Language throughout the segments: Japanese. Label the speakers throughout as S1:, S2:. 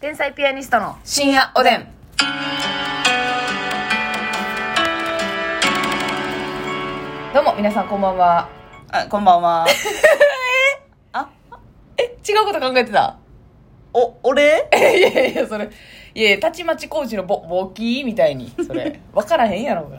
S1: 天才ピアニストの深夜おでん。どうも、皆さんこんばんは。
S2: あ、こんばん は。あ、
S1: え、違うこと考えてた
S2: お、俺
S1: いやいや、それ。いやいや、たちまちコーチのボ、ボキーみたいに、それ。 わからへんやろうが。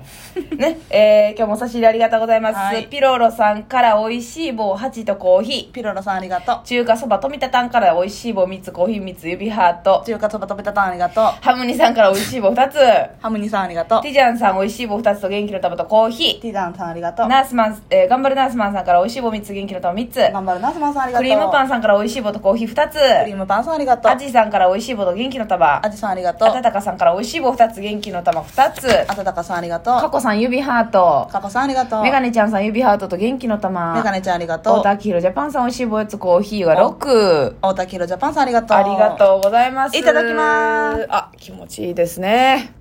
S1: ね、えー、今日もお差し入れありがとうございます。
S2: はい
S1: ピロロさんから美味しい棒8とコーヒ
S2: ピロロさんありがと
S1: ー。中華そば富田タンから美味しい棒3つ、コーヒー3つ、指ハート
S2: う。。中華そば食べたたんありがとう。
S1: ハムニさんから美味しい棒2つ。
S2: ハムニさんありがとう。
S1: ティジャンさん美味しい棒2つと元気の玉とコーヒー。
S2: ティダンさんありがとう。
S1: ナースマン、えー、頑張るナースマンさんから美味しい棒3つ、元気の玉3つ。
S2: 頑張るナスマンさんありがと
S1: ク
S2: う。
S1: リームパン
S2: ン。
S1: さんから美味しい棒とコーヒー2つ。
S2: クリームパンさんありがとう。
S1: アジさんから美味しい棒と元気の玉。
S2: アジさんありがとう
S1: あ。たたかさんから美味しい棒2つ、元気の玉2つ。
S2: あたたかさんありがと
S1: か
S2: う。
S1: こさん指ハート。
S2: かこさんありがとう。
S1: メガネちゃんさん指ハートと元気の玉。
S2: メガネちゃんありがと
S1: 太
S2: う
S1: 田。明宏ジャパンさん美味しい棒4つ、コーヒーは6。
S2: 大田キロジャパンさんありがとう。
S1: ありが
S2: う。
S1: とうございます。
S2: いただきます。
S1: あ、気持ちいいですね。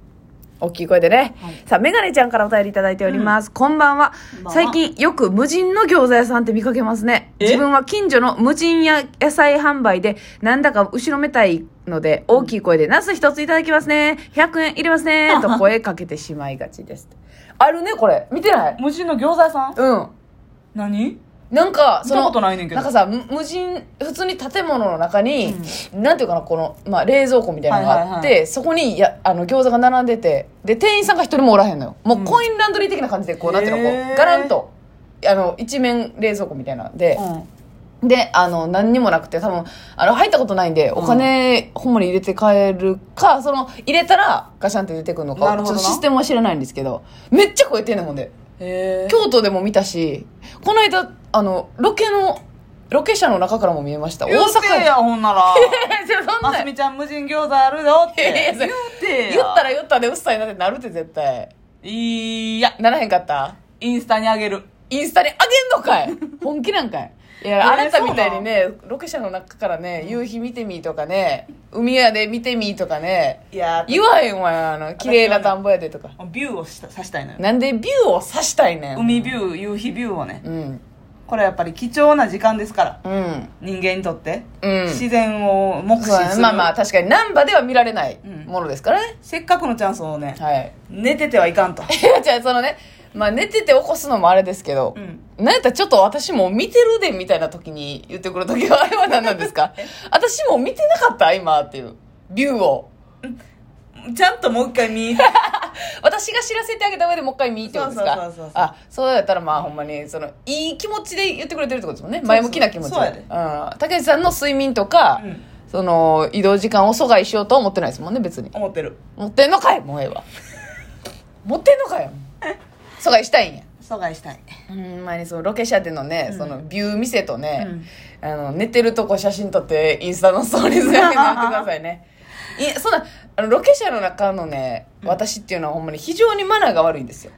S1: 大きい声でね。さあ、メガネちゃんからお便りいただいております。こんばんは。
S2: んばんは
S1: 最近よく無人の餃子屋さんって見かけますね。
S2: え
S1: 自分は近所の無人や野菜販売で、なんだか後ろめたいので、大きい声で、ナス一ついただきますね。100円いりますね。と声かけてしまいがちです。あるね、これ。見てない
S2: 無人の餃子屋さん
S1: うん。
S2: 何
S1: なんか、そ
S2: 見
S1: の、
S2: たことないねんけど
S1: んかさ、む無人、普通に建物の中に、なんていうかな、この、まあ、冷蔵庫みたいなのがあっ
S2: はい
S1: て、
S2: はい
S1: そこに、や、あの、餃子が並んでて、で、店員さんが一人もおらへんのよ。もう、コインランドリー的な感じで、こう、なんていうの、こ
S2: へ
S1: う、
S2: ー
S1: ガランと、あの、一面冷蔵庫みたいなんで
S2: う、ん。
S1: で、あの、何にもなくて、多分、あの、入ったことないんで、お金、ほんまに入れて帰るか、その、入れたら、ガシャンって出てくるのか、
S2: な
S1: ちょ
S2: る
S1: っ
S2: ほど
S1: と
S2: な
S1: システムは知らないんですけど、めっちゃ超えてんねん、ほんで。
S2: へえ。
S1: 京都でも見たしこの間あのロケのロケ車の中からも見えました大阪
S2: 言うて
S1: や
S2: や、ほんなら。
S1: いやそん
S2: ます
S1: な
S2: みちゃん無人餃子あるよっ
S1: いや
S2: て。
S1: いや
S2: 言うてや。
S1: 言ったら言ったでうっさいなってなるって絶対
S2: いや、
S1: ならへんかった
S2: インスタにあげる。
S1: インスタにあげ んのかい本気なんかいいや、
S2: ー
S1: あなたみたいにねロケ車の中からね夕日見てみとかね海やで見てみとかね
S2: いや
S1: 言わへんわよあの綺麗な田んぼやでとか
S2: ビューをしたさしたいのよ
S1: なんでビューを指したいねん
S2: 海ビュー夕日ビューをね
S1: うん
S2: これやっぱり貴重な時間ですから
S1: うん
S2: 人間にとって、
S1: うん
S2: 自然を目視
S1: そうや
S2: す
S1: ね
S2: る、
S1: まあまあ確かに難波では見られない
S2: うん
S1: ものですからね、
S2: せっかくのチャンスをね
S1: はい
S2: 寝ててはいかんと
S1: い や、じゃあそのね、まあ寝てて起こすのもあれですけど、
S2: うん
S1: なんやったらちょっと私も見てるでみたいな時に言ってくる時は、あれは何なんで すか私も見てなかった今っていう、ビューを。
S2: ちゃんともう一回見
S1: 私が知らせてあげた上でもう一回見ってことですか
S2: そうそうそうそう
S1: あ、そうやったらまあほんまに、その、いい気持ちで言ってくれてるってことですもんね。前向きな気持ちで。
S2: そうやで
S1: ん。竹内さんの睡眠とか、
S2: うん
S1: その、移動時間を阻害しようとは思ってないですもんね、別に。
S2: 思ってる
S1: 持ってんのかいもうえ えわ。持ってんのかよ。阻害したいんや。
S2: 阻害したい
S1: うん前にそのロケ車でのね、そのビュー見せとね、あの寝てるとこ写真撮ってインスタのストーリーズやめてくださいね いやそんなあのロケ車の中のね私っていうのはほんまに非常にマナーが悪いんですよ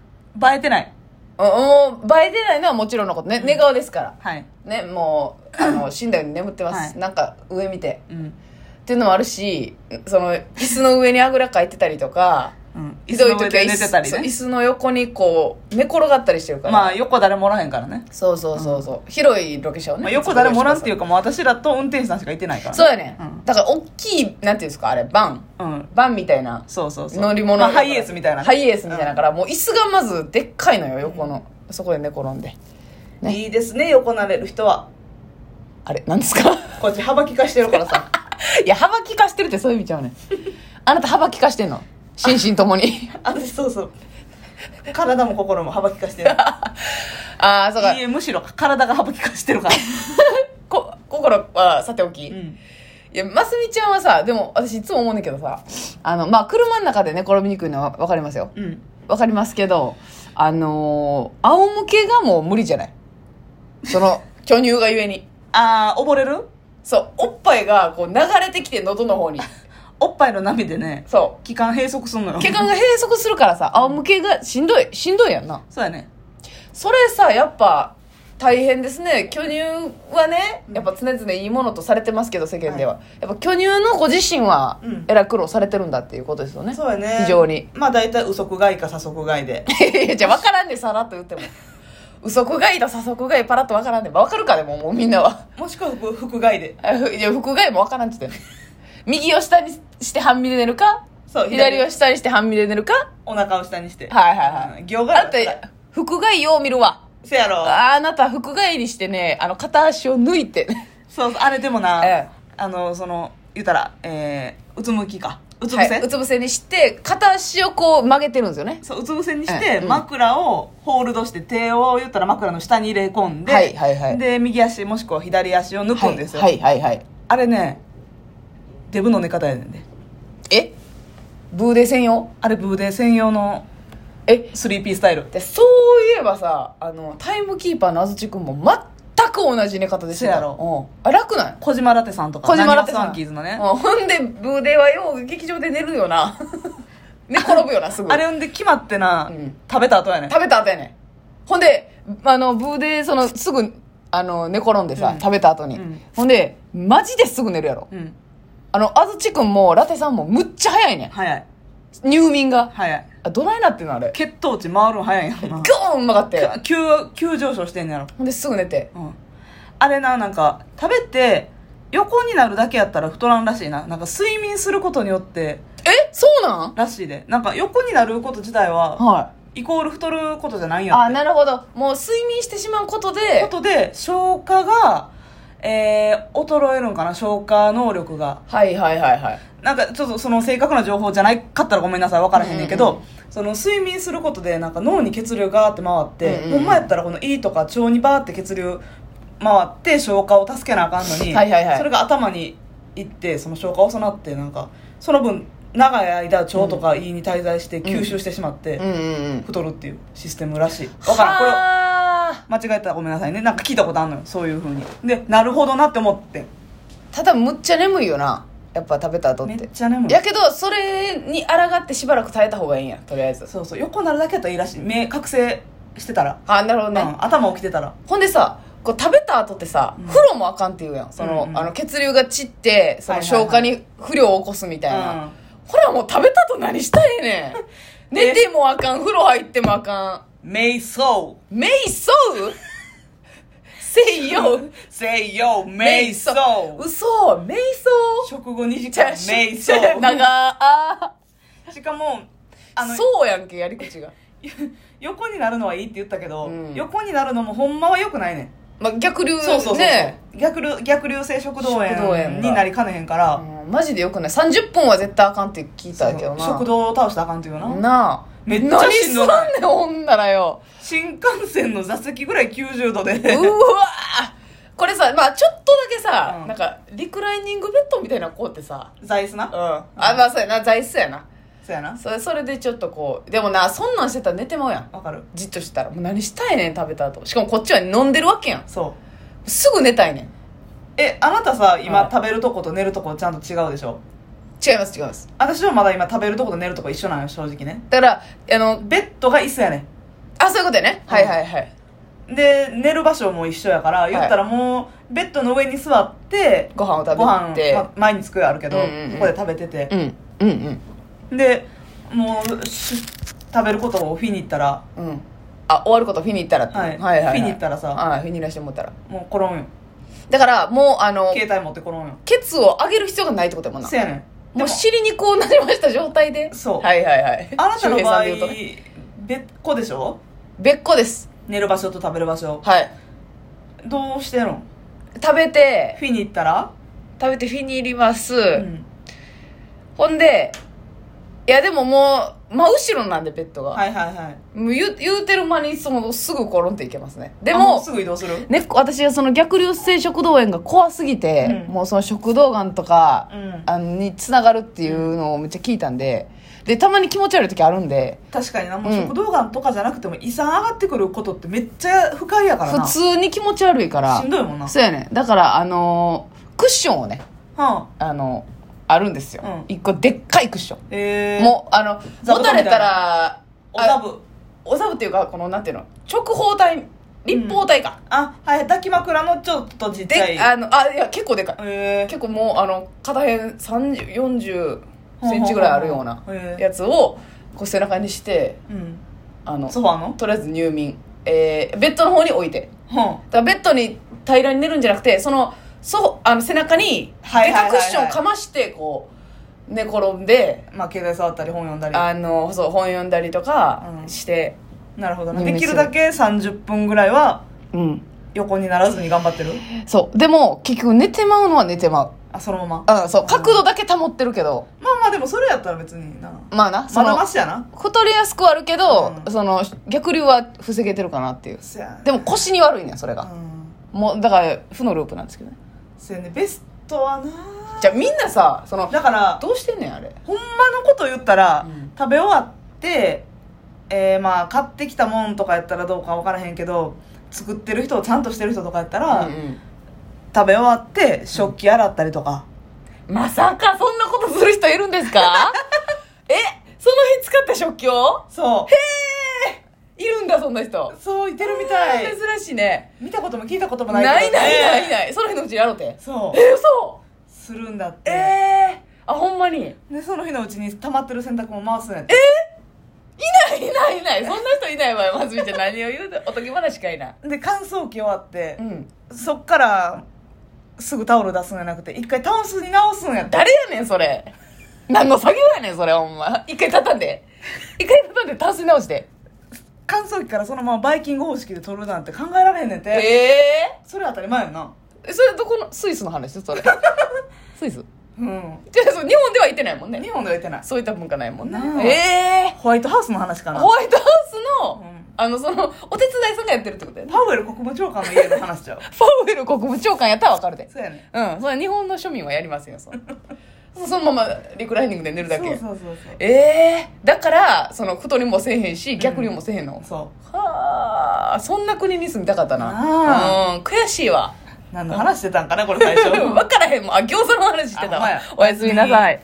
S2: 映えてない
S1: あもう映えてないのはもちろんのことね寝顔ですから、
S2: はい
S1: ねもうあ の死んだように眠ってます、
S2: はい
S1: なんか上見て
S2: うん
S1: っていうのもあるしその椅子の上にあぐらかいてたりとか
S2: うん
S1: ひどい時は
S2: 椅子の上で寝てたり
S1: そう椅
S2: ね
S1: 子の横にこう寝転がったりしてるから
S2: まあ横誰もおらへんからね、
S1: そうそうそうそう、広いロケ車をね、
S2: まあ、横誰もおらんっていう
S1: か
S2: かもう私らと運転手さんしかいてないから、ね、
S1: そうやね、
S2: うん
S1: だから大きいなんていうんですかあれバン
S2: ううん
S1: バンみたいな
S2: そうそうそう
S1: 乗り物、
S2: まあ、ハイエースみたいな
S1: ハイエースみたいなから、もう椅子がまずでっかいのよ横の、そこで寝転んでね
S2: いいですね横なれる人は
S1: あれなんですか
S2: こっち幅利かしてるからさ
S1: いや幅利かしてるってそういう意味ちゃうねんあなた幅利かしてんの心身ともに
S2: 私そうそう体も心も幅利かして る
S1: ああそうか
S2: いいえむしろ体が幅利かしてるから、
S1: こ心はさておき、
S2: うん、
S1: いや、ますみちゃんはさ、でも私いつも思うねんだけどさ、あの、まあ、車の中でね、転びにくいのはわかりますよ。
S2: うん
S1: わかりますけど、あのー仰向けがもう無理じゃない その、巨乳がゆえに。
S2: ああ溺れる
S1: そう、おっぱいがこう流れてきて喉の方に。
S2: おっぱいの波でね
S1: そ
S2: 気管閉塞すんのよ
S1: う。血管が閉塞するからさ、仰向けがしんどい、しんどいやんな。
S2: そうやね
S1: それさ、やっぱ、大変ですね。巨乳はね、やっぱ常々いいものとされてますけど、世間では。やっぱ巨乳のご自身は
S2: うん、
S1: えらい苦労されてるんだっていうことですよね。
S2: そうやね
S1: 非常に。
S2: まあ大体右足外か左足外で
S1: いやいやじゃあ分からんでさらっと言っても右足がいいと左足がいいパラッと分からんで分かるかでももうみんなは
S2: もしくは腹腹外で
S1: あふいや腹がいも分からんっつってんの右を下にして半身で寝るか
S2: そう
S1: 左を下にして半身で寝るか
S2: お腹を下にして
S1: はいはいはい
S2: うん行
S1: あ
S2: が
S1: んた腹外よう見るわ
S2: せやろ
S1: ああなた腹外にしてねあの片足を抜いて
S2: そうそうあれでもな、
S1: ええ
S2: あのその言ったらえー、うつむきかうつ伏
S1: は
S2: せ、
S1: い、うつ伏せにして片足をこう曲げてるんですよね
S2: そううつ伏せにし
S1: ええ
S2: て、
S1: うん
S2: 枕をホールドして手を言ったら枕の下に入れ込んで、
S1: はいはいはい
S2: で右足もしくは左足を抜くんですよ、
S1: はいはいはいはい
S2: あれねデブの寝方やねんで
S1: えブーデ専用
S2: あれブーデ専用の
S1: え
S2: スリーピースタイル
S1: でそういえばさあのタイムキーパーのあずちくんも全く同じ寝方でした
S2: そうやろ、
S1: うん、あ楽ない
S2: 小島ラテさんとか
S1: 小島ラテ
S2: なにわス
S1: さん
S2: ワンキーズのね
S1: うんほんでブーデはよう劇場で寝るよな 寝転ぶよなすぐ
S2: あれほんで決まってな、
S1: うん
S2: 食べた後やねん
S1: 食べた後やねんほんであのブーデそのすぐあの寝転んでさ、
S2: うん
S1: 食べた後に、
S2: うん
S1: ほんでマジですぐ寝るやろ
S2: うん
S1: あのあずちくんもラテさんもむっちゃ早いねん
S2: 早い
S1: 入眠が
S2: 早い
S1: あどないなってんのあれ
S2: 血糖値回るん早いんやろな
S1: ゴーン曲がって
S2: 急急上昇してんねやろ、
S1: ほんですぐ寝て
S2: うん、あれななんか食べて横になるだけやったら太らんらしいななんか睡眠することによって
S1: えそうなん
S2: らしいでなんか横になること自体は
S1: はい
S2: イコール太ることじゃないんや
S1: あ
S2: って
S1: なるほどもう睡眠してしまうことで
S2: ことで消化がえー、衰えるんかな消化能力が
S1: はいはいはいはい
S2: なんかちょっとその正確な情報じゃないかったらごめんなさい分からへんねんけど、
S1: うん
S2: その睡眠することでなんか脳に血流がーって回って、
S1: うんうん
S2: ほんまやったらこの胃とか腸にバーって血流回って消化を助けなあかんのに
S1: はいはいはい
S2: それが頭にいってその消化遅なってなんかその分長い間腸とか胃に滞在して吸収してしまって、
S1: うんうんうん
S2: 太るっていうシステムらしい分からんこれ
S1: は
S2: 間違えたらごめんなさいねなんか聞いたことあんのよそういうふうにでなるほどなって思って
S1: ーただむっちゃ眠いよなやっぱ食べた後っ
S2: めってちゃ眠い
S1: やけどそれに抗ってしばらく耐えた方がいいんやとりあえず
S2: そうそう横なるだけやったらいいらしい目覚醒してたら
S1: あなるほどね、
S2: うん、頭起きてたら
S1: ほんでさこう食べた後ってさ、
S2: うん
S1: 風呂もあかんって言うやんその,、
S2: うんうん
S1: あの血流が散ってその
S2: はいはいはい
S1: 消化に不良を起こすみたいな、
S2: うん
S1: ほらもう食べた後何したいね ん寝てもあかん風呂入ってもあか
S2: 瞑想
S1: んメイソ ウせいよ
S2: Say yo 瞑想
S1: 嘘瞑想
S2: 食後2時間瞑想
S1: 長あ
S2: しかもあの
S1: そうやんけやり口が、
S2: 横になるのはいいって言ったけど、
S1: うん
S2: 横になるのもほんまはよくないね
S1: まあ、逆流
S2: んそうそうそうそう、
S1: ね
S2: 逆流逆流性食道
S1: 食道炎
S2: 炎
S1: が
S2: になりかねへんから、
S1: うんマジでよくない30分は絶対あかんって聞いたけどな
S2: そう食道を倒したらあかんっていうな
S1: なあ
S2: めっちゃしんどい
S1: 何すんねんほんな らよ
S2: 新幹線の座席ぐらい90度で
S1: うわこれさまあちょっとだけさ、
S2: うん
S1: なんかリクライニングベッドみたいな子ってさ
S2: 座椅子
S1: うん
S2: な
S1: あまあそうやな座椅子やな
S2: そうやな
S1: それそれでちょっとこうでもなそんなんしてたら寝てまうやん
S2: わかる
S1: じっとしてたらもう何したいねん食べた後しかもこっちは飲んでるわけやん
S2: そう
S1: すぐ寝たいねん
S2: えあなたさ今、
S1: うん
S2: 食べるとこと寝るとこちゃんと違うでしょ
S1: 違います違います
S2: 私はまだ今食べるとこと寝るとこ一緒なんよ正直ね
S1: だからあの
S2: ベッドが椅子やね
S1: あそういうことやね、
S2: うん
S1: はいはいはい
S2: んで寝る場所も一緒やから言ったらもうベッドの上に座って
S1: ご飯を
S2: ご
S1: 食べ
S2: 飯、
S1: て
S2: ま前に机あるけど、
S1: うんうんうん
S2: そこで食べてて
S1: う、んうん
S2: でもうし食べることをフィに行ったら、
S1: うんうんあ終わることフィに行ったらってう
S2: はいフィに行ったらさ
S1: はいフィニらしてもったら
S2: もう転んよ
S1: だからもうあの
S2: 携帯持って転んよ
S1: ケツを上げる必要がないってことやもんな
S2: せやねん
S1: もう尻にこうなりました状態で
S2: そう
S1: はいはいはい
S2: あなたの
S1: 周平
S2: 場
S1: さん
S2: 合
S1: で言うとね
S2: 別個でしょ
S1: 別個です
S2: 寝る場所と食べる場所
S1: はい
S2: どうしてんの
S1: 食べて
S2: フィに行ったら、
S1: 食べてフィに入ります、
S2: うん
S1: ほんでいやでももう真後ろなんでベッドが、
S2: はいはいはい
S1: もう言う言うてる間にそのすぐコロンっていけますねで
S2: あ
S1: も
S2: うすぐ移動する
S1: ね、私はその逆流性食道炎が怖すぎて、
S2: うん
S1: もうその食道がんとか、
S2: うん
S1: あのにつながるっていうのをめっちゃ聞いたんででたまに気持ち悪い時あるんで
S2: 確かになもう
S1: うん
S2: 食道がんとかじゃなくても胃酸上がってくることってめっちゃ不快やからな
S1: 普通に気持ち悪いから
S2: しんどいもんな
S1: そうやねだからあのークッションをね
S2: は
S1: あのあるんですよ、
S2: うん
S1: 一個でっかいクッション、
S2: あ、えー、
S1: もうあの
S2: 座
S1: 持
S2: 布
S1: た
S2: 団みた
S1: れ
S2: いな
S1: たら
S2: おざ
S1: あ
S2: ぶ
S1: おざぶっていうかこのなんていうの直方体立方体か、
S2: あはい抱き枕のちょっとちっちゃい
S1: であのあいや結構でかい
S2: えー、
S1: 結構もうあの片辺3 0 40センチぐらいあるような
S2: ほうほうほうへえ
S1: やつをこう背中にして
S2: うん
S1: あの
S2: ソファーの
S1: とりあえず入眠、えーベッドの方に置いて
S2: は
S1: だからベッドに平らに寝るんじゃなくてそのそうあの背中に
S2: はい
S1: で
S2: はいはいは
S1: か
S2: い
S1: クッションかましてこう寝転んで
S2: まあ携帯触ったり本読んだり
S1: あのそう本読んだりとか
S2: うん
S1: して、
S2: なるほどな
S1: 耳
S2: ですきるだけ30分ぐらいは
S1: うん、
S2: 横にならずに頑張ってる
S1: そうでも結局寝てまうのは寝てまう
S2: あそのまま
S1: あそう角度だけ保ってるけど
S2: まあまあでもそれやったら別にな
S1: まあなそ
S2: まだ
S1: の
S2: ましやな
S1: 太りやすくはあるけど、
S2: うん
S1: その逆流は防げてるかなっていう
S2: せやね
S1: でも腰に悪いねんそれ
S2: う
S1: が、
S2: ん
S1: もうだから負のループなんですけどね
S2: せやねベストはな
S1: じゃあみんなさその
S2: だから
S1: どうしてんねんあれ
S2: ほんまのこと言ったら、
S1: うん
S2: 食べ終わってえーまあ買ってきたもんとかやったらどうか分からへんけど作ってる人ちゃんとしてる人とかやったら、
S1: うんうん
S2: 食べ終わって食器洗ったりとか、
S1: まさかそんなことする人いるんです かえその日使った食器を
S2: そう
S1: いるんだそんな人
S2: そういてるみたい、
S1: 珍しいね
S2: 見たことも聞いたことも
S1: な
S2: ないい
S1: ない
S2: けど
S1: な
S2: ね
S1: いないその日のうちやろうて
S2: そ
S1: え嘘
S2: うするんだって、
S1: ええあほんまにい
S2: でその日のうちに溜まってる洗濯も回すんやって
S1: ないいないいないそんな人いないわよまずみちゃん何を言うておとぎ話かいな
S2: で乾燥機終わって
S1: う、ん
S2: そっからすぐタオル出すんじゃなくて一回タオスに直すんやって
S1: 誰やねんそれ何の作業やねんそれほんま一回畳んで一回畳んでタンスに直して
S2: 乾燥機からそのままバイキング方式で取るなんて考えられへんねんて、
S1: ええ
S2: それ当たり前やな
S1: ー、それどこのスイスの話 それスイス
S2: うん
S1: じゃあそう日本では行ってないもんね
S2: 日本では言ってない
S1: そういった文化ないもんね
S2: なあ
S1: え
S2: ホワイトハウスの話か
S1: え
S2: な
S1: ホワイトハウスの、
S2: うん
S1: あのそのお手伝いさんがやってるってことだよね
S2: パウエル国務長官の家の話ちゃう
S1: パウエル国務長官やったらわかる で
S2: そうやね
S1: うんそれ日本の庶民はやります よそのそのままリクライニングで寝るだけ
S2: そうそうそうそう
S1: ええー、だからその太りもせえへんし逆流もせえへんの、
S2: そ
S1: はあそんな国に住みたかったな
S2: あ
S1: うん悔しいわ
S2: う何の話してたんかなこれ最初
S1: 分からへんもんあ餃子の話してた
S2: あほんま
S1: わ
S2: や
S1: おやすみなさい